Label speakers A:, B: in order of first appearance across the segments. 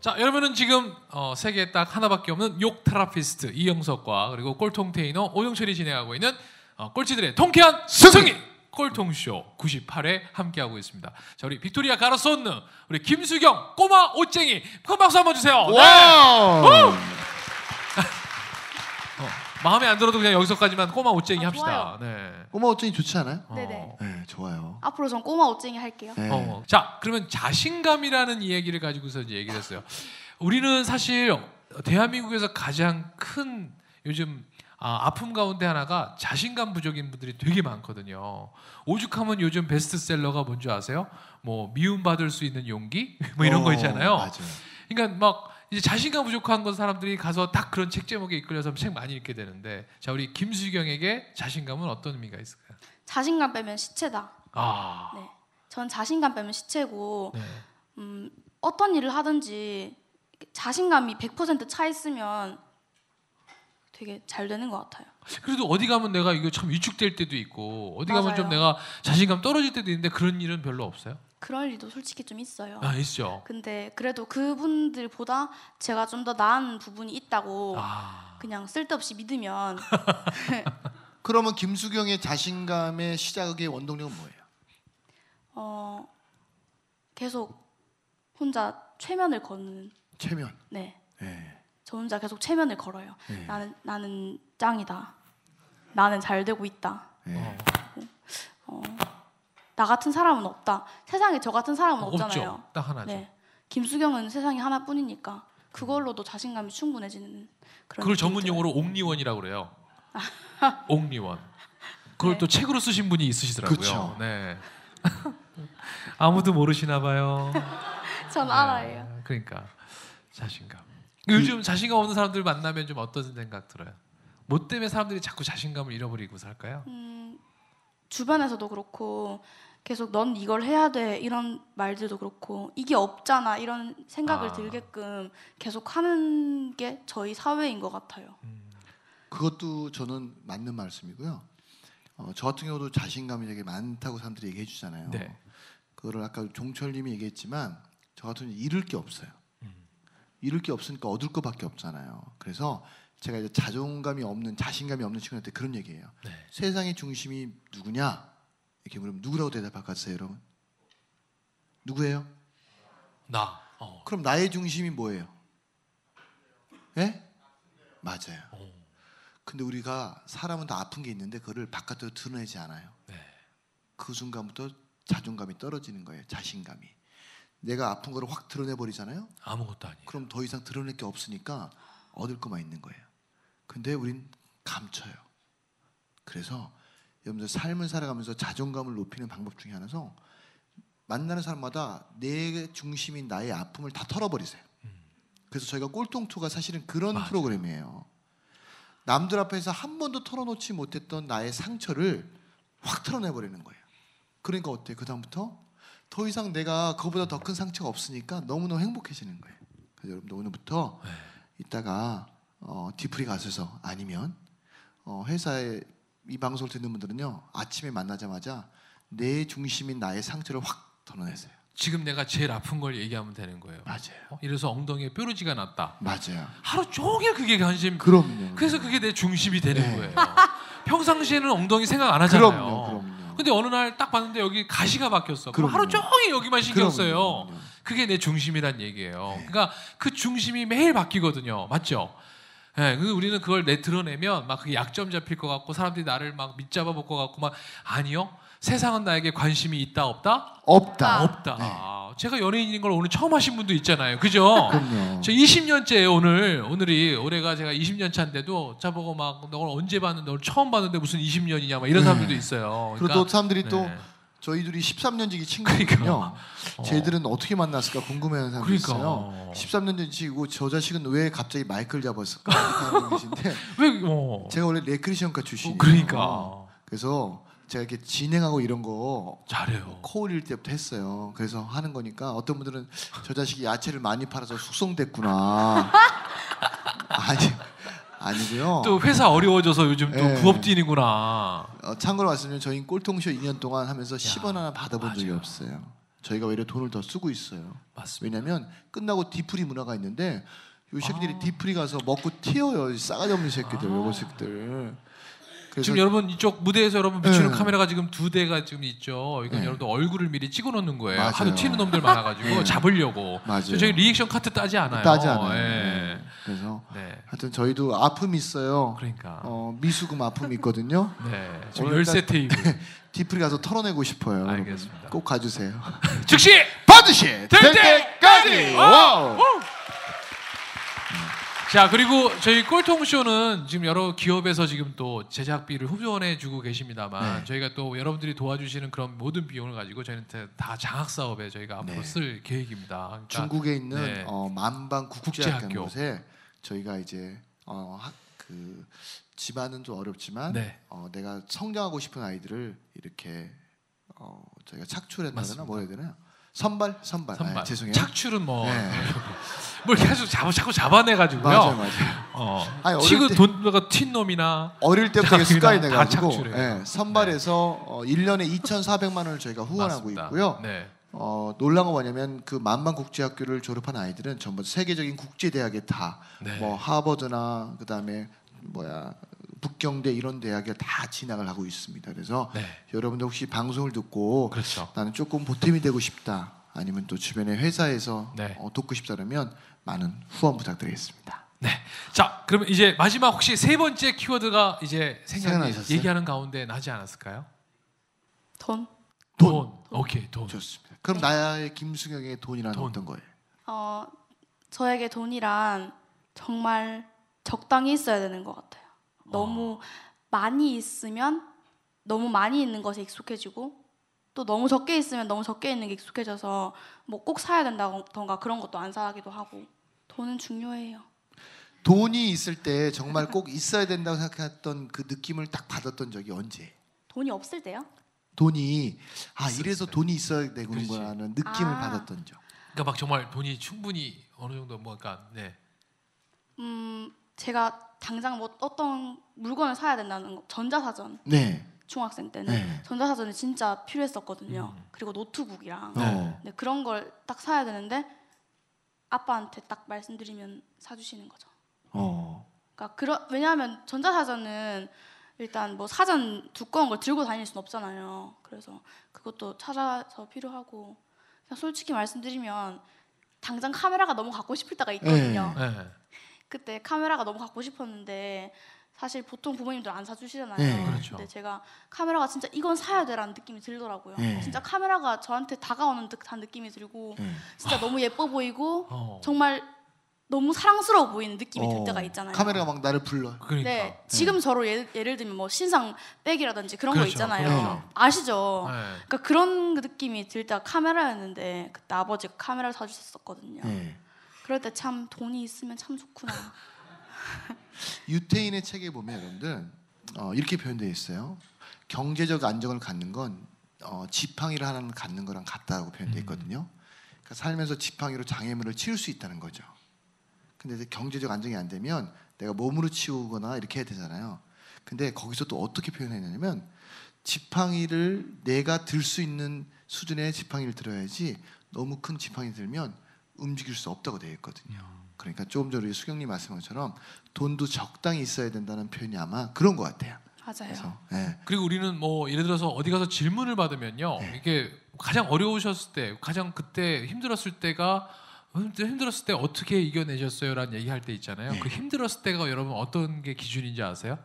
A: 자, 여러분은 지금 어, 세계에 딱 하나밖에 없는 욕 테라피스트 이영석과 그리고 꼴통 테이너 오영철이 진행하고 있는 어, 꼴찌들의 통쾌한 승리 꼴통쇼 98회 함께하고 있습니다. 자, 우리 빅토리아 가로손느 우리 김수경 꼬마 옷쟁이 큰 박수 한번
B: 어,
A: 주세요. 네.
B: 와우!
A: 어, 마음에 안 들어도 그냥 여기서까지만 꼬마 옷쟁이
C: 아,
A: 합시다. 네.
B: 꼬마 옷쟁이 좋지 않아요?
A: 어.
C: 네네.
B: 네, 좋아요.
C: 앞으로 전 꼬마 옷쟁이 할게요.
B: 네.
A: 어, 자, 그러면 자신감이라는 이야기를 가지고서 이제 얘기를 했어요. 우리는 사실 대한민국에서 가장 큰 요즘 아, 아픔 가운데 하나가 자신감 부족인 분들이 되게 많거든요. 오죽하면 요즘 베스트셀러가 뭔지 아세요? 뭐 미움받을 수 있는 용기 뭐 이런 거
B: 어,
A: 있잖아요.
B: 맞아요.
A: 그러니까 막 이제 자신감 부족한 건 사람들이 가서 딱 그런 책 제목에 이끌려서 책 많이 읽게 되는데 자 우리 김수경에게 자신감은 어떤 의미가 있을까요?
C: 자신감 빼면 시체다.
A: 아,
C: 전 자신감 빼면 시체고
A: 네.
C: 음, 어떤 일을 하든지 자신감이 100%차 있으면 되게 잘 되는 것 같아요.
A: 그래도 어디 가면 내가 이거 참 위축될 때도 있고 어디 가면
C: 맞아요.
A: 좀 내가 자신감 떨어질 때도 있는데 그런 일은 별로 없어요?
C: 그런 일도 솔직히 좀 있어요.
A: 아 있죠.
C: 근데 그래도 그분들보다 제가 좀 더 나은 부분이 있다고
A: 아
C: 그냥 쓸데없이 믿으면
B: 그러면 김수경의 자신감의 시작의 원동력은 뭐예요?
C: 어, 계속 혼자 최면을 거는
B: 체면.
C: 네.
B: 네.
C: 저 혼자 계속 최면을 걸어요.
B: 네.
C: 나는 나는 짱이다. 나는 잘 되고 있다.
A: 어.
B: 네.
C: 나 같은 사람은 없다. 세상에 저 같은 사람은 없잖아요.
A: 어, 없죠. 딱 하나죠.
C: 네. 김수경은 세상에 하나뿐이니까 그걸로도 자신감이 충분해지는 그런
A: 그걸
C: 느낌이
A: 전문
C: 들어요.
A: 용어로 옥리원이라고 그래요. 옥리원. 그걸
C: 네.
A: 또 책으로 쓰신 분이 있으시더라고요.
B: 그쵸.
A: 네. 아무도 모르시나 봐요.
C: 전 알아요.
A: 아, 그러니까 자신감. 요즘 자신감 없는 사람들 만나면 좀 어떤 생각 들어요? 뭐 때문에 사람들이 자꾸 자신감을 잃어버리고 살까요?
C: 음, 주변에서도 그렇고 계속 넌 이걸 해야 돼 이런 말들도 그렇고 이게 없잖아 이런 생각을
A: 아.
C: 들게끔 계속 하는 게 저희 사회인 것 같아요.
B: 그것도 저는 맞는 말씀이고요. 어, 저 같은 경우도 자신감이 되게 많다고 사람들이 얘기해
C: 음.
B: 주잖아요.
A: 네.
B: 그거를 아까 종철님이 얘기했지만 저 같은 경우는 잃을 게 없어요. 잃을 게 없으니까 얻을 것밖에 없잖아요. 그래서 제가 이제 자존감이 없는 자신감이 없는 친구한테 그런 얘기예요.
A: 네.
B: 세상의 중심이 누구냐? 이렇게 물으면 누구라고 대답할 것 같아요, 여러분? 누구예요?
A: 나. 어.
B: 그럼 나의 중심이 뭐예요? 예? 맞아요.
A: 오.
B: 근데 우리가 사람은 다 아픈 게 있는데 그거를 바깥으로 드러내지 않아요.
A: 네.
B: 그 순간부터 자존감이 떨어지는 거예요. 자신감이. 내가 아픈 거를 확 드러내 버리잖아요.
A: 아무것도 아니에요.
B: 그럼 더 이상 드러낼 게 없으니까 얻을 것만 있는 거예요. 근데 우린 감춰요. 그래서 여러분들 삶을 살아가면서 자존감을 높이는 방법 중에 하나서 만나는 사람마다 내 중심인 나의 아픔을 다 털어버리세요. 그래서 저희가 꼴통투가 사실은 그런
A: 맞아요.
B: 프로그램이에요. 남들 앞에서 한 번도 털어놓지 못했던 나의 상처를 확 털어내버리는 거예요. 그러니까 어때? 그 다음부터 더 이상 내가 그보다 더 큰 상처가 없으니까 너무너무 행복해지는 거예요. 그래서 여러분들 오늘부터
A: 네.
B: 이따가 어, 디프리 가셔서 아니면 어, 회사에 이 방송을 듣는 분들은요 아침에 만나자마자 내 중심인 나의 상처를 확 덜어내세요.
A: 지금 내가 제일 아픈 걸 얘기하면 되는 거예요.
B: 맞아요.
A: 어? 이래서 엉덩이에 뾰루지가 났다.
B: 맞아요.
A: 하루 종일 그게 관심.
B: 그럼요.
A: 그래서 그게 내 중심이 되는
B: 네.
A: 거예요. 평상시에는 엉덩이 생각 안 하잖아요.
B: 그럼요. 그럼요.
A: 근데 어느 날 딱 봤는데 여기 가시가 박혔어. 그럼
B: 그럼요.
A: 하루 종일 여기만 신경 써요.
B: 그럼요.
A: 그게 내 중심이란 얘기예요.
B: 네.
A: 그러니까 그 중심이 매일 바뀌거든요. 맞죠? 예, 그래서 우리는 그걸 내 드러내면 막 그게 약점 잡힐 것 같고 사람들이 나를 막 밑잡아 볼 것 같고 막 아니요. 세상은 나에게 관심이 있다 없다?
B: 없다.
A: 없다.
B: 네.
A: 제가 연예인인 걸 오늘 처음 하신 분도 있잖아요. 그죠?
B: 그럼요.
A: 저 20년째예요 오늘 오늘이 올해가 제가 20년 차인데도 저보고 막 너를 언제 봤는데 오늘 처음 봤는데 무슨 20년이냐 막 이런
B: 네.
A: 사람들도 있어요.
B: 그리고 또 사람들이 또
A: 네.
B: 저희들이 13년지기 친구거든요.
A: 어.
B: 쟤들은 어떻게 만났을까 궁금해하는 사람이
A: 그러니까.
B: 있어요. 13년 지기고 저 자식은 왜 갑자기 마이크를 잡았을까 하는 것인데
A: 왜 어.
B: 제가 원래 레크리션과 출신이에요.
A: 어, 그러니까
B: 그래서 제가 이렇게 진행하고 이런 거
A: 잘해요.
B: 코올릴 때부터 했어요. 그래서 하는 거니까 어떤 분들은 저 자식이 야채를 많이 팔아서 숙성됐구나. 아니 아니고요.
A: 또 회사 어려워져서 요즘 또
B: 예.
A: 부업 뛰는구나.
B: 어, 참고로 말씀드리면 저희 꼴통쇼 2년 동안 하면서 10원 하나 받아본 적이
A: 맞아요.
B: 없어요. 저희가 오히려 돈을 더 쓰고 있어요.
A: 맞습니다.
B: 왜냐하면 끝나고 디프리 문화가 있는데 요 새끼들이
A: 아.
B: 디프리 가서 먹고 튀어요. 이 싸가지 없는 새끼들, 요거 새끼들. 그래서
A: 지금 여러분 이쪽 무대에서 여러분 비추는
B: 네.
A: 카메라가 지금 두 대가 지금 있죠. 그러니까
B: 네.
A: 여러분들 얼굴을 미리 찍어놓는 거예요.
B: 맞아요.
A: 하도 튀는 놈들 많아가지고
B: 네.
A: 잡으려고.
B: 맞아요.
A: 그래서 저희 리액션 카트 따지 않아요.
B: 따지 않아요.
A: 예.
B: 네. 그래서
A: 네.
B: 하여튼 저희도 아픔이 있어요.
A: 그러니까.
B: 어, 미수금 아픔이 있거든요.
A: 네. 지금
B: 오늘
A: 열세 테이블.
B: 디프리 가서 털어내고 싶어요. 여러분.
A: 알겠습니다.
B: 꼭 가주세요.
A: 즉시.
B: 반드시
A: 될
B: 될
A: 때까지!
B: 때까지.
A: 와우!
B: 와우.
A: 자 그리고 저희 꼴통 쇼는 지금 여러 기업에서 지금 또 제작비를 후원해주고 계십니다만
B: 네.
A: 저희가 또 여러분들이 도와주시는 그런 모든 비용을 가지고 저희는 다- 다 장학 사업에 저희가 앞으로
B: 네.
A: 쓸 계획입니다. 그러니까
B: 중국에 있는
A: 네.
B: 어, 만방
A: 국제학교.
B: 국제학교 곳에 저희가 이제 어, 학, 그 집안은 좀 어렵지만
A: 네.
B: 어, 내가 성장하고 싶은 아이들을 이렇게 어, 저희가 착출했다거나
A: 맞습니다.
B: 뭐 해야 되나 요 선발 선발,
A: 선발.
B: 아, 죄송해요
A: 착출은 뭐
B: 네.
A: 뭘 계속 뭐 잡아 자꾸 잡아내
B: 맞아요
A: 가지고요.
B: 맞아요
A: 어.
B: 아니, 어릴
A: 지금
B: 때-
A: 돈가 튄 놈이나
B: 어릴 때부터 이게 습관이
A: 다
B: 돼가지고
A: 착출해요.
B: 예, 선발에서 어, 1년에 2,400만 원을 저희가 후원하고
A: 맞습니다.
B: 있고요
A: 네.
B: 어, 놀라운 건 뭐냐면 그 만방 국제학교를 졸업한 아이들은 전부 세계적인 국제 대학에 다
A: 네.
B: 뭐 하버드나 그다음에 뭐야 북경대 이런 대학에 다 진학을 하고 있습니다. 그래서
A: 네.
B: 여러분들 혹시 방송을 듣고
A: 그렇죠.
B: 나는 조금 보탬이 되고 싶다. 아니면 또 주변의 회사에서
A: 네.
B: 어, 돕고 싶다 그러면 많은 후원 부탁드리겠습니다.
A: 네. 자, 그러면 이제 마지막 혹시 세 번째 키워드가 이제 생각이
B: 생각나셨어요?
A: 얘기하는 가운데 나지 않았을까요?
C: 돈.
B: 돈.
A: 오케이, 돈.
B: 좋습니다. 그럼 나의 김수경의 돈이란
A: 돈.
B: 어떤 거예요?
C: 어, 저에게 돈이란 정말 적당히 있어야 되는 것 같아요. 너무 많이 있으면 너무 많이 있는 것에 익숙해지고 또 너무 적게 있으면 너무 적게 있는 게 익숙해져서 뭐 꼭 사야 된다던가 그런 것도 안 사기도 하고 돈은 중요해요.
B: 돈이 있을 때 정말 꼭 있어야 된다고 생각했던 그 느낌을 딱 받았던 적이 언제?
C: 돈이 없을 때요?
B: 돈이 아
A: 있을
B: 이래서
A: 때.
B: 돈이 있어야
A: 그렇지.
B: 되는구나라는 느낌을
C: 아.
B: 받았던 적.
A: 그러니까 막 정말 돈이 충분히 어느 정도 뭔가 네.
C: 음, 제가 당장 뭐 어떤 물건을 사야 된다는 거 전자사전
B: 네.
C: 중학생 때는
B: 네.
C: 전자사전이 진짜 필요했었거든요. 그리고 노트북이랑
A: 네.
B: 어.
C: 네, 그런 걸 딱 사야 되는데 아빠한테 딱 말씀드리면 사주시는 거죠.
B: 어.
C: 그러니까 그러, 왜냐하면 전자사전은 일단 뭐 사전 두꺼운 걸 들고 다닐 순 없잖아요. 그래서 그것도 찾아서 필요하고 그냥 솔직히 말씀드리면 당장 카메라가 너무 갖고 싶을 때가 있거든요.
A: 네.
C: 그때 카메라가 너무 갖고 싶었는데 사실 보통 부모님들 안 사주시잖아요.
B: 네,
A: 그렇죠.
C: 근데 제가 카메라가 진짜 이건 사야 돼라는 느낌이 들더라고요.
B: 네.
C: 진짜 카메라가 저한테 다가오는 듯한 느낌이 들고
B: 네.
C: 진짜 너무 예뻐 보이고
A: 어.
C: 정말 너무 사랑스러워 보이는 느낌이
B: 어.
C: 들 때가 있잖아요.
B: 카메라가 막 나를 불러.
A: 그러니까.
C: 네, 지금 저로 예를, 예를 들면 뭐 신상 백이라든지 그런
A: 그렇죠,
C: 거 있잖아요.
A: 그렇죠.
C: 아시죠?
A: 네.
C: 그러니까 그런 느낌이 들 때가 카메라였는데 그때 아버지가 카메라를 사주셨었거든요.
B: 네.
C: 그럴 때 참 돈이 있으면 참 좋구나.
B: 유태인의 책에 보면 여러분들 어, 이렇게 표현되어 있어요. 경제적 안정을 갖는 건 어, 지팡이를 하나 갖는 거랑 같다고 표현되어 있거든요. 그러니까 살면서 지팡이로 장애물을 치울 수 있다는 거죠. 근데 이제 경제적 안정이 안 되면 내가 몸으로 치우거나 이렇게 해야 되잖아요. 근데 거기서 또 어떻게 표현했냐면 지팡이를 내가 들 수 있는 수준의 지팡이를 들어야지 너무 큰 지팡이 들면 움직일 수 없다고 되어 있거든요. 그러니까 조금 전에 우리 수경님 말씀한 것처럼 돈도 적당히 있어야 된다는 표현이 아마 그런 것 같아요.
C: 맞아요.
B: 그래서 예.
A: 그리고 우리는 뭐 예를 들어서 어디 가서 질문을 받으면요 이게 가장 어려우셨을 때 가장 그때 힘들었을 때가 힘들었을 때 어떻게 이겨내셨어요라는 얘기할 때 있잖아요 그 힘들었을 때가 여러분 어떤 게 기준인지 아세요?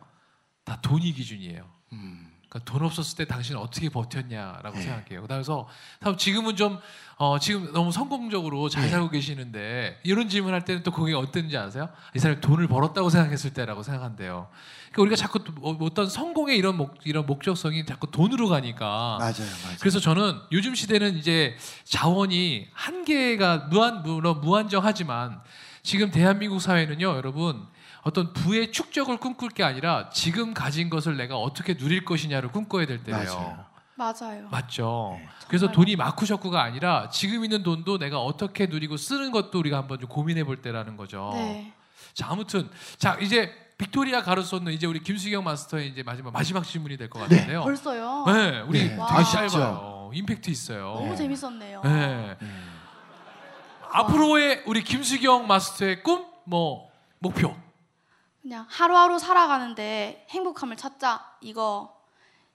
A: 다 돈이 기준이에요
B: 음,
A: 그러니까 돈 없었을 때 당신은 어떻게 버텼냐라고
B: 네.
A: 생각해요. 그래서 참 지금은 좀 어, 지금 너무 성공적으로 잘
B: 네.
A: 살고 계시는데 이런 질문할 때는 또 그게 어떤지 아세요? 이 사람이 돈을 벌었다고 생각했을 때라고 생각한대요. 그러니까 우리가 자꾸 또 어- 어떤 성공의 이런 목 이런 목적성이 자꾸 돈으로 가니까
B: 맞아요, 맞아요.
A: 그래서 저는 요즘 시대는 이제 자원이 한계가 무한 물론 무한정하지만 지금 대한민국 사회는요, 여러분 어떤 부의 축적을 꿈꿀 게 아니라 지금 가진 것을 내가 어떻게 누릴 것이냐를 꿈꿔야 될 때예요.
B: 맞아요.
C: 맞아요.
A: 맞죠.
B: 네.
A: 그래서
C: 정말요.
A: 돈이 마쿠적구가 아니라 지금 있는 돈도 내가 어떻게 누리고 쓰는 것도 우리가 한번 좀 고민해 볼 때라는 거죠.
C: 네.
A: 자 아무튼 자 이제 빅토리아 가로소는 이제 우리 김수경 마스터의 이제 마지막 마지막 질문이 될 것 같은데요.
C: 벌써요.
A: 네, 우리
B: 네,
A: 되게
C: 와.
A: 짧아요. 임팩트 있어요.
C: 어. 너무 재밌었네요.
A: 네.
B: 예.
A: 앞으로의 우리 김수경 마스터의 꿈, 뭐 목표.
C: 그냥 하루하루 살아가는데 행복함을 찾자 이거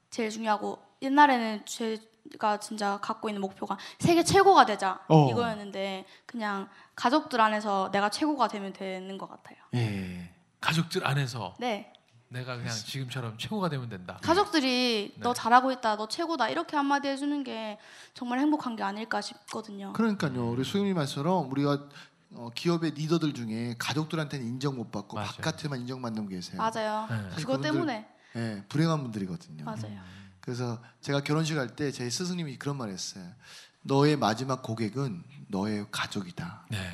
C: 제일 중요하고 옛날에는 제가 진짜 갖고 있는 목표가 세계 최고가 되자
D: 어.
C: 이거였는데 그냥 가족들 안에서 내가 최고가 되면 되는 것 같아요.
D: 예.
A: 가족들 안에서
C: 네
A: 내가 그냥 지금처럼 최고가 되면 된다.
C: 가족들이
A: 네.
C: 너 잘하고 있다 너 최고다 이렇게 한마디 해주는 게 정말 행복한 게 아닐까 싶거든요.
B: 그러니까요. 우리 수영님 말처럼 우리가 어, 기업의 리더들 중에 가족들한테는 인정 못 받고
A: 맞아요.
B: 바깥에만 인정받는 계세요.
C: 맞아요.
A: 네.
C: 그것 때문에
B: 예, 불행한 분들이거든요.
C: 맞아요.
B: 그래서 제가 결혼식 할 때 제 스승님이 그런 말을 했어요. 너의 마지막 고객은 너의 가족이다.
A: 네.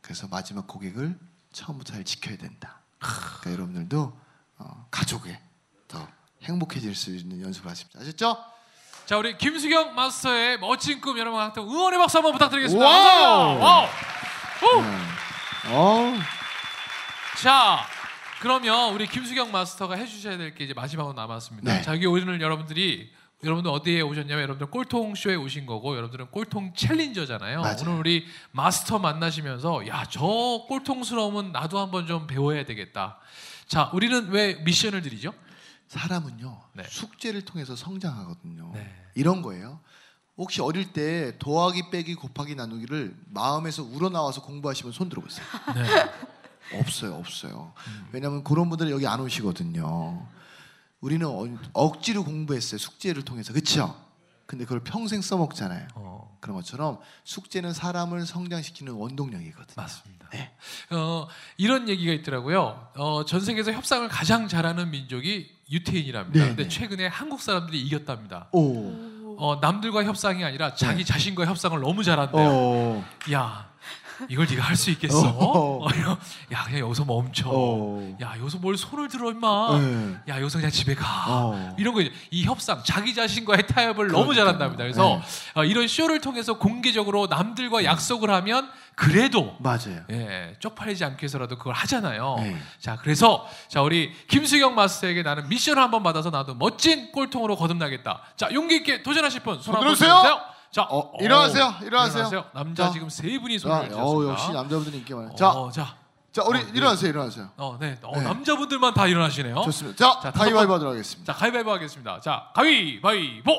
B: 그래서 마지막 고객을 처음부터 잘 지켜야 된다. 그러니까 여러분들도 어, 가족에 더 행복해질 수 있는 연습을 하십시오. 아셨죠?
A: 자 우리 김수경 마스터의 멋진 꿈 여러분 한테 응원의 박수 한번 부탁드리겠습니다.
D: 와우!
A: 감사합니다. 와우. 오!
B: 네. 어,
A: 자, 그러면 우리 김수경 마스터가 해주셔야 될 게 이제 마지막으로 남았습니다.
B: 네.
A: 자, 여기 오늘 여러분들이 여러분들 어디에 오셨냐면 여러분들 꼴통 쇼에 오신 거고 여러분들은 꼴통 챌린저잖아요.
B: 맞아요.
A: 오늘 우리 마스터 만나시면서 야 저 꼴통스러움은 나도 한번 좀 배워야 되겠다. 자, 우리는 왜 미션을 드리죠?
B: 사람은요
A: 네.
B: 숙제를 통해서 성장하거든요.
A: 네.
B: 이런 거예요. 혹시 어릴 때 더하기 빼기 곱하기 나누기를 마음에서 우러나와서 공부하시면 손 들어보세요.
A: 네.
B: 없어요, 없어요. 왜냐하면 그런 분들은 여기 안 오시거든요. 우리는 어- 억지로 공부했어요. 숙제를 통해서, 그렇죠? 근데 그걸 평생 써먹잖아요.
A: 어,
B: 그런 것처럼 숙제는 사람을 성장시키는 원동력이거든요.
A: 맞습니다.
B: 네.
A: 어, 이런 얘기가 있더라고요. 어, 전 세계에서 협상을 가장 잘하는 민족이 유태인이랍니다.
B: 네,
A: 근데
B: 네.
A: 최근에 한국 사람들이 이겼답니다.
B: 오,
A: 어, 남들과 협상이 아니라 자기
B: 네.
A: 자신과 협상을 너무 잘한대요.
D: 어.
A: 야, 이걸 네가 할 수 있겠어?
D: 어.
A: 어, 야, 그냥 여기서 멈춰.
D: 어.
A: 야, 여기서 뭘 손을 들어 임마.
B: 네. 아.
A: 야, 여기서 그냥 집에 가.
D: 어.
A: 이런 거 이제 이 협상, 자기 자신과의 타협을 너무
B: 그러니까요. 네.
A: 잘한답니다. 그래서 어, 이런 쇼를 통해서 공개적으로 남들과 약속을 하면 그래도
B: 맞아요.
A: 예, 쪽팔리지 않게 해서라도 그걸 하잖아요.
B: 네.
A: 자, 그래서 자 우리 김수경 마스터에게 나는 미션을 한번 받아서 나도 멋진 꼴통으로 거듭나겠다. 자, 용기 있게 도전하실 분 손 한번
D: 들어주세요.
A: 들어주세요. 자,
B: 어, 일어나세요. 일어나세요.
A: 남자
B: 자.
A: 지금 세 분이
B: 아,
A: 손을
B: 어,
A: 들었습니다.
B: 역시 남자분들이 인기 많아요.
A: 자,
B: 자,
A: 어, 자,
B: 자, 우리
A: 어, 네.
B: 일어나세요, 일어나세요.
A: 어, 네, 어,
B: 네.
A: 남자분들만 다 일어나시네요.
B: 좋습니다. 자,
A: 자, 다섯
B: 가위바위보 하도록 하겠습니다.
A: 자, 가위바위보 하겠습니다. 자, 가위바위보.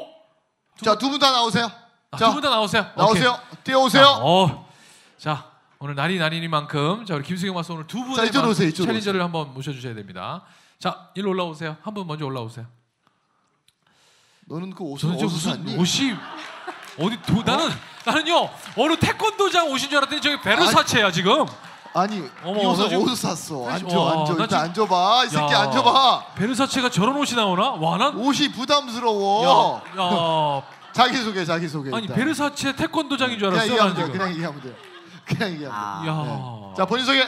B: 자, 두 분 다 나오세요.
A: 아,
B: 자,
A: 두분 다 나오세요. 오케이.
B: 나오세요. 뛰어오세요.
A: 자, 어, 자 오늘 날이 날이니만큼 자 우리 김수경 마스 오늘 두 분의
B: 이쪽으로
A: 마-
B: 오세요, 이쪽으로
A: 챌린저를 한번 모셔주셔야 됩니다. 자, 일로 올라오세요. 한 분 먼저 올라오세요.
B: 너는 그 옷은
A: 저는 저
B: 어디서
A: 무슨
B: 샀니?
A: 옷이 어디 도 나는 나는요 어느 태권도장 오신 줄 알았더니 저기
B: 아,
A: 베르사체야 지금.
B: 아니,
A: 어머,
B: 이 옷은
A: 나 지금-
B: 어디서 샀어?
A: 나
B: 앉아,
A: 지금- 와,
B: 앉아.
A: 나
B: 일단
A: 지금-
B: 앉아봐. 이 새끼
A: 야,
B: 앉아봐.
A: 베르사체가 저런 옷이 나오나? 와난.
B: 옷이 부담스러워.
A: 야, 야,
B: 자기소개, 자기소개.
A: 아니
B: 일단.
A: 베르사체 태권도장인 줄
B: 어? 그냥
A: 알았어 나는
B: 얘기하면 돼요.
A: 지금. 아.
B: 그냥 얘기하면 돼요. 그냥
E: 아,
B: 얘기하면 돼요.
A: 야,
B: 네. 자, 본인 소개.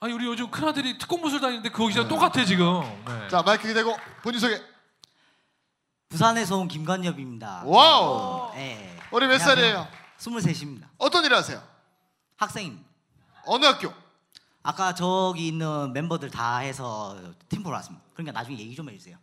A: 아니 우리 요즘 큰 아들이 특공무술 다니는데 그 거기랑 똑같아 지금. 네.
B: 자, 마이크 대고 본인 소개.
E: 부산에서 온 김관엽입니다.
B: 와우.
E: 예.
B: 올해 몇 살이에요?
E: 23입니다.
B: 어떤 일 하세요?
E: 학생입니다.
B: 어느 학교?
E: 아까 저기 있는 멤버들 다 해서 팀 보러 왔습니다. 그러니까 나중에 얘기 좀 해주세요.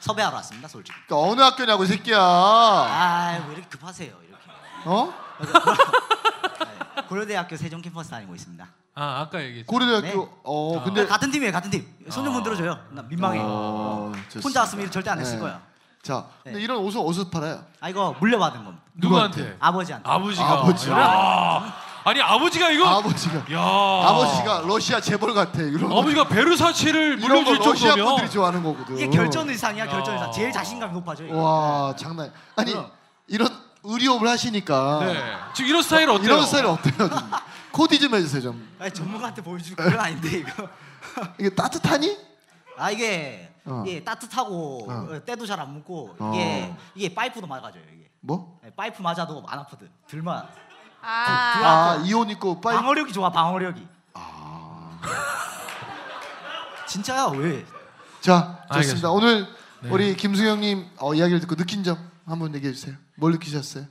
E: 섭외하러 왔습니다, 솔직히.
B: 그러니까 어느 학교냐고, 이 새끼야.
E: 아, 왜 이렇게 급하세요, 이렇게.
B: 어?
E: 네. 고려대학교 세종 캠퍼스 다니고 있습니다.
A: 아 아까 얘기했죠.
B: 고려대학교.
E: 네.
B: 어, 근데
E: 같은 팀이에요, 같은 팀. 손 좀
A: 어.
E: 흔들어줘요. 나 민망해.
B: 어, 좋습니다.
E: 혼자 왔으면 절대 안 했을
B: 네.
E: 거예요.
B: 자, 근데
E: 네.
B: 이런 옷은 어디서 팔아요?
E: 아, 이거 물려받은 겁니다.
A: 누구한테?
E: 아버지한테.
A: 아버지가.
B: 아버지가.
A: 야. 아니 아버지가 이거.
B: 아버지가
A: 야.
B: 아버지가 러시아 재벌 같아. 이런 거.
A: 아버지가 베르사체를
B: 이런 거뭐
A: 물려줄
B: 러시아
A: 정도면.
B: 분들이 좋아하는 거거든.
E: 이게 결전 의상이야,
A: 야.
E: 결전 의상. 제일 자신감이 높아져. 이게.
B: 와, 장난. 아니
E: 그럼.
B: 이런 의료업을 하시니까
A: 네. 지금 이런 스타일 어때요?
B: 이런 스타일 어때요? 좀? 코디 좀 해주세요 좀.
E: 아니, 전문가한테 보여줄 건 아닌데 이거.
B: 이게 따뜻하니?
E: 아 이게
B: 어.
E: 이게 따뜻하고
B: 어.
E: 어, 때도 잘 안 묻고 이게
B: 어.
E: 이게 파이프도 맞아줘요 이게
B: 뭐?
E: 네, 파이프 맞아도 안 아프든 들만
C: 아,
B: 아, 이온 입고 빨.
E: 방어력이 좋아 방어력이
B: 아.
E: 진짜야 왜
B: 자, 좋습니다.
A: 알겠습니다.
B: 오늘 우리 김수영님 어, 이야기를 듣고 느낀 점 한번 얘기해 주세요. 뭘 느끼셨어요?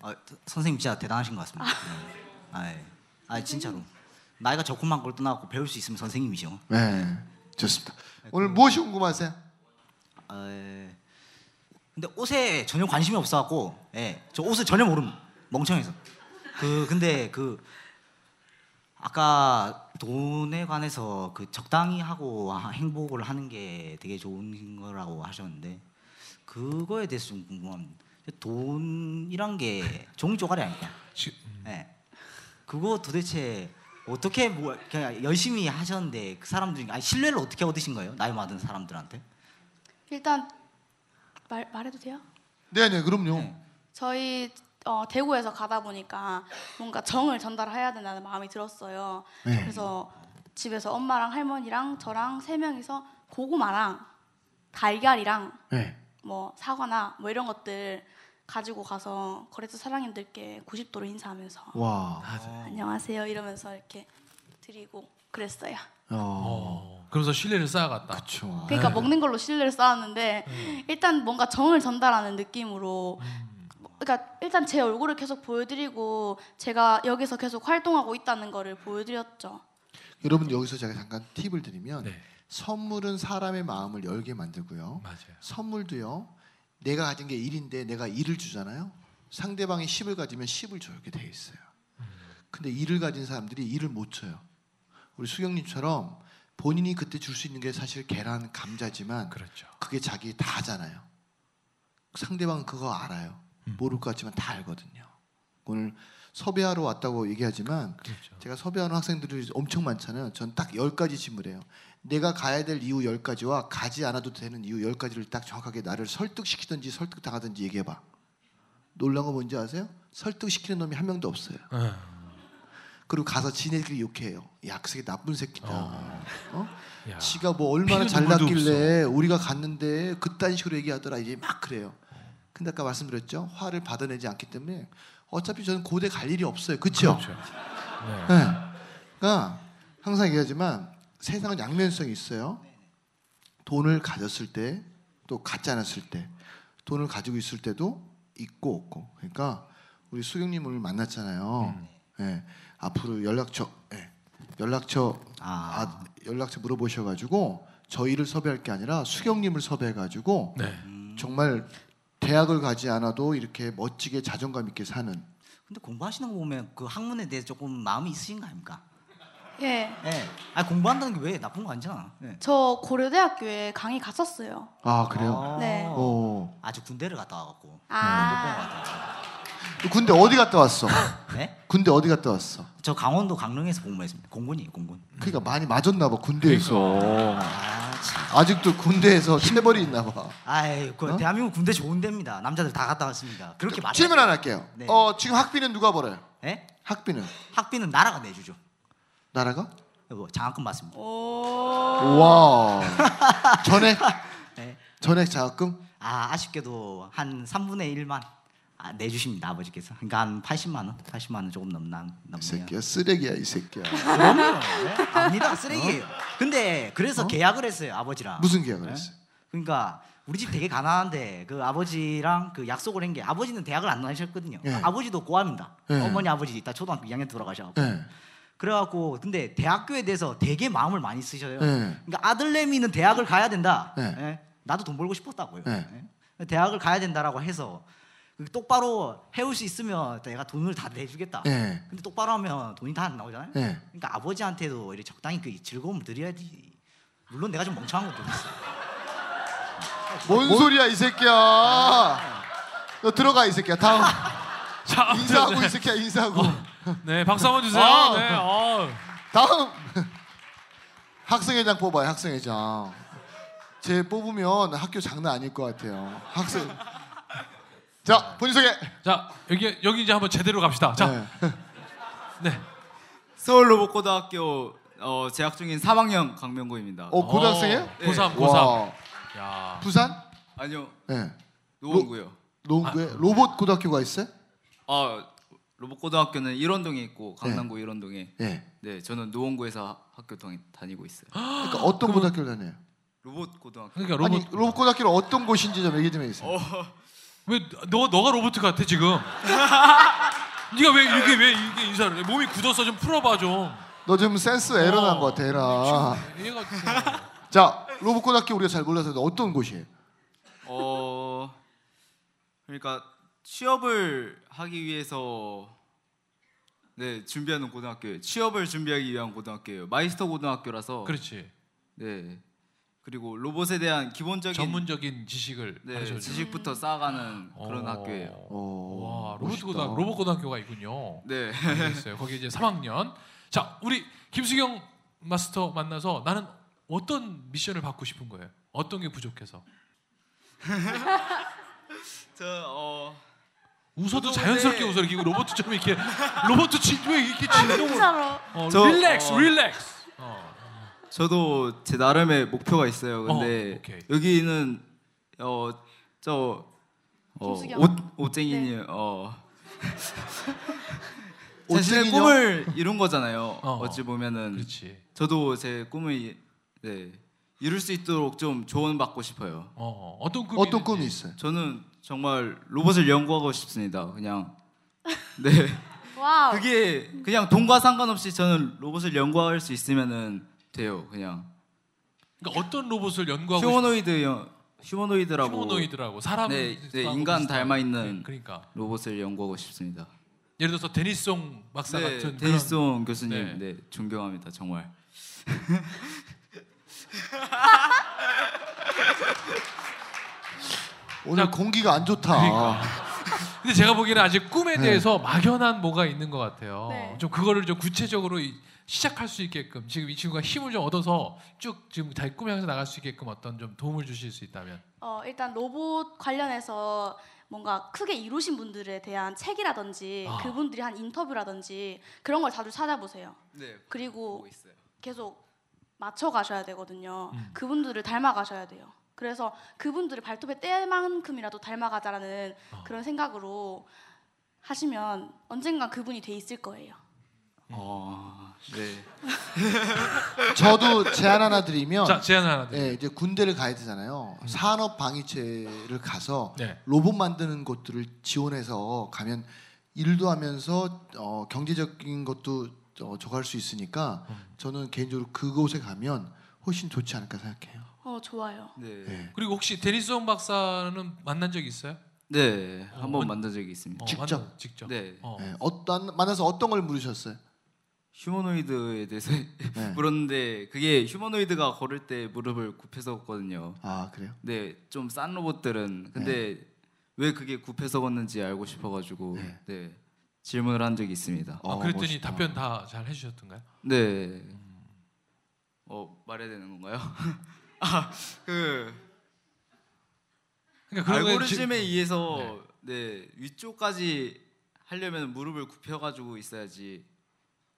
E: 아, 저- 선생님 진짜 대단하신 것 같습니다 네. 아, 예. 아 진짜로 나이가 저것만 걸 떠나고 배울 수 있으면 선생님이죠
B: 네, 좋습니다. 오늘 무엇이 궁금하세요?
E: 아, 예. 근데 옷에 전혀 관심이 없어갖고, 예, 저 옷을 전혀 모름 멍청해서. 그 근데 그 아까 돈에 관해서 그 적당히 하고 하- 행복을 하는 게 되게 좋은 거라고 하셨는데 그거에 대해서 좀 궁금합니다. 돈이란 게 종이 조각이 아니다.
A: 지-
E: 예. 그거 도대체 어떻게 뭐 그냥 열심히 하셨는데 그 사람들이 아니 신뢰를 어떻게 얻으신 거예요? 나이 많은 사람들한테?
C: 일단 말 말해도 돼요?
B: 네, 네, 그럼요.
E: 네.
C: 저희 어, 대구에서 가다 보니까 뭔가 정을 전달해야 된다는 마음이 들었어요.
B: 네.
C: 그래서 집에서 엄마랑 할머니랑 저랑 세 명이서 고구마랑 달걀이랑
B: 네.
C: 뭐 사과나 뭐 이런 것들 가지고 가서 거래처 사장님들께 90도로 인사하면서
B: 와.
C: 안녕하세요 이러면서 이렇게 드리고 그랬어요.
B: 어.
A: 어, 그러면서 신뢰를 쌓아갔다.
B: 그렇죠.
C: 그러니까
A: 네.
C: 먹는 걸로 신뢰를 쌓았는데 일단 뭔가 정을 전달하는 느낌으로 뭐- 그러니까 일단 제 얼굴을 계속 보여드리고 제가 여기서 계속 활동하고 있다는 거를 보여드렸죠.
B: 여러분 여기서 제가 잠깐 팁을 드리면
A: 네,
B: 선물은 사람의 마음을 열게 만들고요.
A: 맞아요.
B: 선물도요. 내가 가진 게 1인데 내가 2를 주잖아요. 상대방이 10을 가지면 10을 줘요. 이렇게 돼 있어요. 근데 2를 가진 사람들이 2를 못 줘요. 우리 수경님처럼 본인이 그때 줄 수 있는 게 사실 계란, 감자지만
A: 그렇죠.
B: 그게 자기 다잖아요. 상대방은 그거 알아요. 모를 것 같지만 다 알거든요. 오늘 섭외하러 왔다고 얘기하지만
A: 그렇죠.
B: 제가 섭외하는 학생들이 엄청 많잖아요. 전 딱 10가지 질문해요. 내가 가야 될 이유 10가지와 가지 않아도 되는 이유 10가지를 딱 정확하게 나를 설득시키든지 설득당하든지 얘기해봐. 놀란 거 뭔지 아세요? 설득시키는 놈이 한 명도 없어요.
A: 응.
B: 그리고 가서 지네끼리 욕해요. 야, 그새 나쁜 새끼다.
A: 어.
B: 어?
A: 야.
B: 지가 뭐 얼마나
A: 피는
B: 잘났길래 우리가 갔는데 그딴 식으로 얘기하더라 이제 막 그래요. 근데 아까 말씀드렸죠 화를 받아내지 않기 때문에 어차피 저는 고대 갈 일이 없어요. 그렇죠?
A: 그렇죠. 네.
B: 네. 그러니까 항상 얘기하지만 세상은 양면성이 있어요. 돈을 가졌을 때 또 갖지 않았을 때 돈을 가지고 있을 때도 있고 없고 그러니까 우리 수경님 오늘 만났잖아요. 네. 앞으로 연락처 네. 연락처
E: 아,
B: 아, 연락처 물어보셔가지고 저희를 섭외할 게 아니라 수경님을 섭외해가지고
A: 네.
B: 정말 대학을 가지 않아도 이렇게 멋지게 자존감 있게 사는
E: 근데 공부하시는 거 보면 그 학문에 대해서 조금 마음이 있으신 거 아닙니까?
C: 예,
E: 예. 아 공부한다는 게 왜 나쁜 거 아니잖아. 예.
C: 저 고려대학교에 강의 갔었어요.
B: 아 그래요?
E: 아,
C: 네.
B: 어
E: 아주 군대를 갔다 와갖고.
C: 아.
E: 못 배워가지고.
B: 군대 어디 갔다 왔어?
E: 네?
B: 군대 어디 갔다 왔어?
E: 저 강원도 강릉에서 공부했습니다. 공군이에요, 공군.
B: 그러니까 많이 맞았나 봐 군대에서
E: 아, 참.
B: 아직도 군대에서 체벌이 있나 봐
E: 아이, 그
B: 어?
E: 대한민국 군대 좋은 데입니다. 남자들 다 갔다 왔습니다. 그렇게 말해.
B: 질문 안 할게요
E: 네.
B: 어 지금 학비는 누가 벌어요?
E: 예?
B: 학비는?
E: 학비는 나라가 내주죠.
B: 나라가?
E: 뭐 장학금 받습니다.
C: 오,
B: 와 전액?
E: 네.
B: 전액 장학금?
E: 아, 아쉽게도 한 3분의 1만 아, 내주십니다 아버지께서. 그러니까 한 80만 원, 80만 원 조금 넘나
B: 이
E: 넘네요.
B: 새끼야 쓰레기야 이 새끼야
E: 그럼요. 네? 압니다. 쓰레기예요. 근데 그래서 계약을 했어요 아버지랑.
B: 어? 무슨 계약을
E: 네?
B: 했어요?
E: 그러니까 우리 집 되게 가난한데 그 아버지랑 그 약속을 한 게 아버지는 대학을 안 다니셨거든요.
B: 예.
E: 아버지도 고아입니다.
B: 예.
E: 어머니 아버지 다 초등학교 2학년 돌아가셔. 고
B: 네.
E: 그래갖고 근데 대학교에 대해서 되게 마음을 많이 쓰셔요.
B: 네.
E: 그러니까 아들내미는 대학을 가야 된다.
B: 네.
E: 예. 나도 돈 벌고 싶었다고요.
B: 네.
E: 예. 대학을 가야 된다라고 해서 그 똑바로 해올 수 있으면 내가 돈을 다 내주겠다.
B: 예.
E: 근데 똑바로 하면 돈이 다 안 나오잖아요.
B: 예.
E: 그러니까 아버지한테도 이렇게 적당히 그 즐거움을 드려야지. 물론 내가 좀 멍청한 것도 있어.
B: 뭔 소리야 이 새끼야. 너 들어가 이 새끼야. 다음
A: 자, 아무튼,
B: 인사하고
A: 네.
B: 이 새끼야 인사하고.
A: 네, 박수 한번 주세요.
B: 아.
A: 네. 어.
B: 다음 학생회장 뽑아요 학생회장. 쟤 뽑으면 학교 장난 아닐 것 같아요. 학생. 자 본인 소개.
A: 자, 여기 여기 이제 한번 제대로 갑시다. 자.
B: 네.
A: 네.
D: 서울 로봇고등학교 어, 재학 중인 3학년 강명구입니다.
B: 어 고등학생이에요?
A: 어, 고3,
D: 네.
A: 고3.
B: 와,
A: 야.
B: 부산?
D: 아니요
B: 예.
D: 노원구요.
B: 노원구에 로봇 고등학교가 있어요?
D: 아 로봇고등학교는 일원동에 있고
A: 네.
D: 강남구 일원동에.
B: 예.
D: 네 저는 노원구에서 하- 학교 동- 다니고 있어요.
B: 그러니까 어떤 고등학교를 다녀요?
D: 로봇고등학교.
A: 그러니까 로봇
B: 아니 로봇 고등학교는 어떤 곳인지 좀 얘기 좀 해주세요.
A: 왜 너 너가 로봇 같아 지금? 네가 왜 이렇게 왜 이게 인사를 해? 몸이 굳어서 좀 풀어봐 좀.
B: 너 좀 센스 에러 난 것 같아 에러.
A: 얘가 지금-
B: 자 로봇고등학교 우리가 잘 몰라서 어떤 곳이에요?
D: 어 그러니까 취업을 하기 위해서 네 준비하는 고등학교예요. 취업을 준비하기 위한 고등학교예요. 마이스터 고등학교라서
A: 그렇지.
D: 네 그리고 로봇에 대한 기본적인
A: 전문적인 지식을
D: 네,
A: 가르쳐 주는
D: 지식부터 쌓아가는 그런
A: 어.
D: 학교예요.
B: 오,
A: 와 로봇
B: 멋있다.
A: 고등 로봇 고등학교가 있군요.
D: 네
A: 알겠어요. 거기 이제 3학년. 자 우리 김수경 마스터 만나서 나는 어떤 미션을 받고 싶은 거예요? 어떤 게 부족해서?
D: 저 어.
A: 웃어도
D: 저도
A: 자연스럽게
D: 근데-
A: 웃어 이렇게 로봇처럼 이렇게 로봇도 왜 이렇게 진동을
C: 진짜로.
A: 어,
D: 아, 네. 저-
A: 릴렉스
D: 어.
A: 릴렉스 어.
D: 저도 제 나름의 목표가 있어요.
A: 어,
D: 근데
A: 오케이.
D: 여기는 어, 어저 어,
C: 김수경.
D: 옷 옷쟁이님 어 자신의
B: 옷쟁이요?
D: 꿈을 이룬 거잖아요.
A: 어.
D: 어. 찌 보면은
A: 그렇지
D: 저도 제 꿈을 이- 네 이룰 수 있도록 좀 조언 받고 싶어요.
A: 어, 어떤 꿈이
B: 어떤
A: 있는지.
B: 꿈이 있어요?
D: 저는 정말 로봇을 연구하고 싶습니다. 그냥 네
C: 와우.
D: 그게 그냥 돈과 상관없이 저는 로봇을 연구할 수 있으면은 돼요. 그냥
A: 그러니까 어떤 로봇을 연구하고 싶은
D: 휴머노이드 연- 휴머노이드라고
A: 휴머노이드라고 사람
D: 네, 네, 인간 닮아 있는
A: 그러니까
D: 로봇을 연구하고 싶습니다.
A: 예를 들어서 데니송 박사
D: 네,
A: 같은
D: 데니스온 교수님,
A: 네.
D: 네. 존경합니다 정말.
B: 오늘 공기가 안 좋다.
A: 그러니까. 그런 근데 제가 보기에는 아직 꿈에
B: 네.
A: 대해서 막연한 뭐가 있는 것 같아요.
C: 네.
A: 좀 그거를 좀 구체적으로 이- 시작할 수 있게끔 지금 이 친구가 힘을 좀 얻어서 쭉 지금 잘 꿈에 향해서 나갈 수 있게끔 어떤 좀 도움을 주실 수 있다면
C: 어, 일단 로봇 관련해서 뭔가 크게 이루신 분들에 대한 책이라든지
A: 아.
C: 그분들이 한 인터뷰라든지 그런 걸 자주 찾아보세요.
D: 네,
C: 그리고
D: 있어요.
C: 계속 맞춰 가셔야 되거든요.
A: 음.
C: 그분들을 닮아 가셔야 돼요. 그래서 그분들을 발톱에 뗄 만큼이라도 닮아가자라는
A: 어.
C: 그런 생각으로 하시면 언젠가 그분이 돼 있을 거예요.
D: 어, 네,
B: 저도 제안 하나 드리면
A: 자 제안 하나 드릴게요.
B: 예, 이제 군대를 가야 되잖아요. 산업 방위체를 가서
A: 네.
B: 로봇 만드는 곳들을 지원해서 가면 일도 하면서 어, 경제적인 것도 어, 저할 수 있으니까 저는 개인적으로 그곳에 가면 훨씬 좋지 않을까 생각해요.
C: 어, 좋아요.
D: 네,
B: 예.
A: 그리고 혹시 데니송 박사는 만난 적 있어요?
D: 네,
A: 어,
D: 한번 만난 적이 있습니다.
A: 어,
B: 직접.
A: 만나- 직접.
D: 네,
A: 어.
B: 예, 어떤 만나서 어떤 걸 물으셨어요?
D: 휴머노이드에 대해서
B: 네.
D: 물었는데 그게 휴머노이드가 걸을 때 무릎을 굽혀서 걷거든요.
B: 아 그래요?
D: 네, 좀 싼 로봇들은 근데
A: 네.
D: 왜 그게 굽혀서 걷는지 알고 싶어가지고
B: 네.
D: 네, 질문을 한 적이 있습니다.
A: 아,
B: 어,
A: 그랬더니
B: 멋있다.
A: 답변 다 잘 해주셨던가요?
D: 네. 어 말해야 되는 건가요? 아, 아그
A: 그러니까 그런 거에
D: 알고리즘에 의해서 네. 위쪽까지 하려면 무릎을 굽혀가지고 있어야지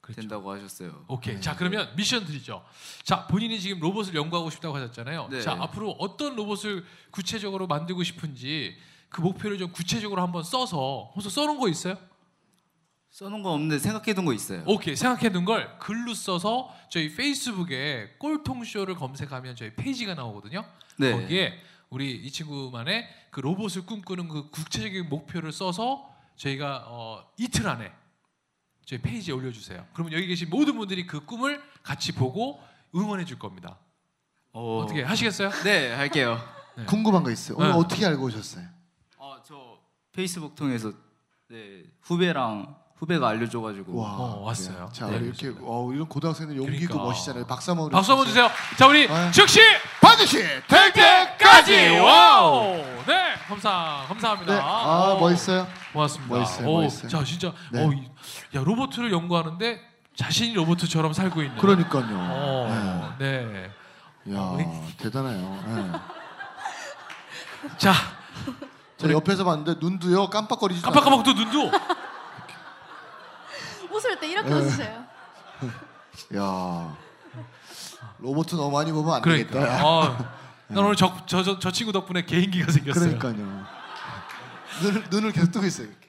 A: 그렇죠.
D: 된다고 하셨어요.
A: 오케이. 자 그러면 미션 드리죠. 자 본인이 지금 로봇을 연구하고 싶다고 하셨잖아요.
D: 네.
A: 자 앞으로 어떤 로봇을 구체적으로 만들고 싶은지 그 목표를 좀 구체적으로 한번 써서 혹시 써놓은 거 있어요?
D: 써놓은 거 없는데 생각해둔 거 있어요.
A: 오케이 생각해둔 걸 글로 써서 저희 페이스북에 꼴통 쇼를 검색하면 저희 페이지가 나오거든요.
D: 네.
A: 거기에 우리 이 친구만의 그 로봇을 꿈꾸는 그 구체적인 목표를 써서 저희가 어, 이틀 안에 저희 페이지에 올려주세요. 그러면 여기 계신 모든 분들이 그 꿈을 같이 보고 응원해 줄 겁니다.
D: 어...
A: 어떻게 하시겠어요?
D: 네 할게요.
A: 네.
B: 궁금한 거 있어요. 오늘
A: 네.
B: 어떻게 알고 오셨어요?
D: 아저 페이스북 통해서 네 후배랑 후배가 알려줘가지고
B: 와
A: 어,
B: 그래요.
A: 왔어요.
B: 자
A: 네,
B: 이렇게 어, 이런 고등학생들 용기 있고
A: 그러니까.
B: 멋있잖아요. 박수 한번
A: 박수 한번 주세요. 자 우리
B: 네.
A: 즉시
B: 반드시 될 때까지.
A: 와우. 네, 감사 감사합니다.
B: 네. 아
A: 오,
B: 멋있어요.
A: 네. 고맙습니다.
B: 멋있어요,
A: 오,
B: 멋있어요.
A: 자 진짜
B: 네.
A: 어, 이- 야 로봇을 연구하는데 자신이 로봇처럼 살고 있는.
B: 그러니까요.
A: 어, 네.
B: 네. 야 대단해요. 네.
A: 자,
B: 저 옆에서 봤는데 눈도요 깜빡거리지.
A: 그러니까. 깜빡깜빡 또 눈도.
B: 아,
C: 웃을 때 이렇게
B: 네.
C: 웃으세요.
B: 야 로봇 너무 많이 보면 안 되겠다. 네.
A: 그러니까. 어, 난 오늘 저, 저, 저, 저 친구 덕분에 개인기가 생겼어요.
B: 그러니까요. 눈을 눈을 계속 뜨고 있어요. 이렇게.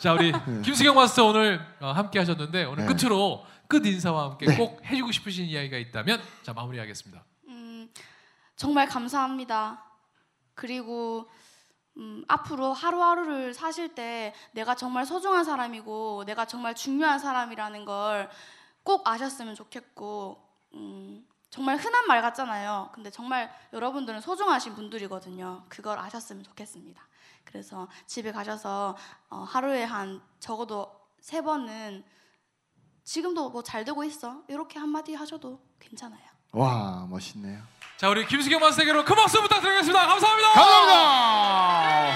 A: 자, 우리 김수경 마스터 오늘 어, 함께 하셨는데 오늘
B: 네.
A: 끝으로 끝 인사와 함께
B: 네.
A: 꼭 해주고 싶으신 이야기가 있다면 자 마무리하겠습니다.
C: 음, 정말 감사합니다. 그리고 음, 앞으로 하루하루를 사실 때 내가 정말 소중한 사람이고 내가 정말 중요한 사람이라는 걸 꼭 아셨으면 좋겠고 음, 정말 흔한 말 같잖아요. 근데 정말 여러분들은 소중하신 분들이거든요. 그걸 아셨으면 좋겠습니다. 그래서 집에 가셔서 어, 하루에 한 적어도 세 번은 지금도 뭐 잘 되고 있어 이렇게 한마디 하셔도 괜찮아요.
B: 와 멋있네요.
A: 자, 우리 김수경 마스터에게로 큰 박수 부탁드리겠습니다. 감사합니다.
B: 감사합니다.
A: 아,
B: 네.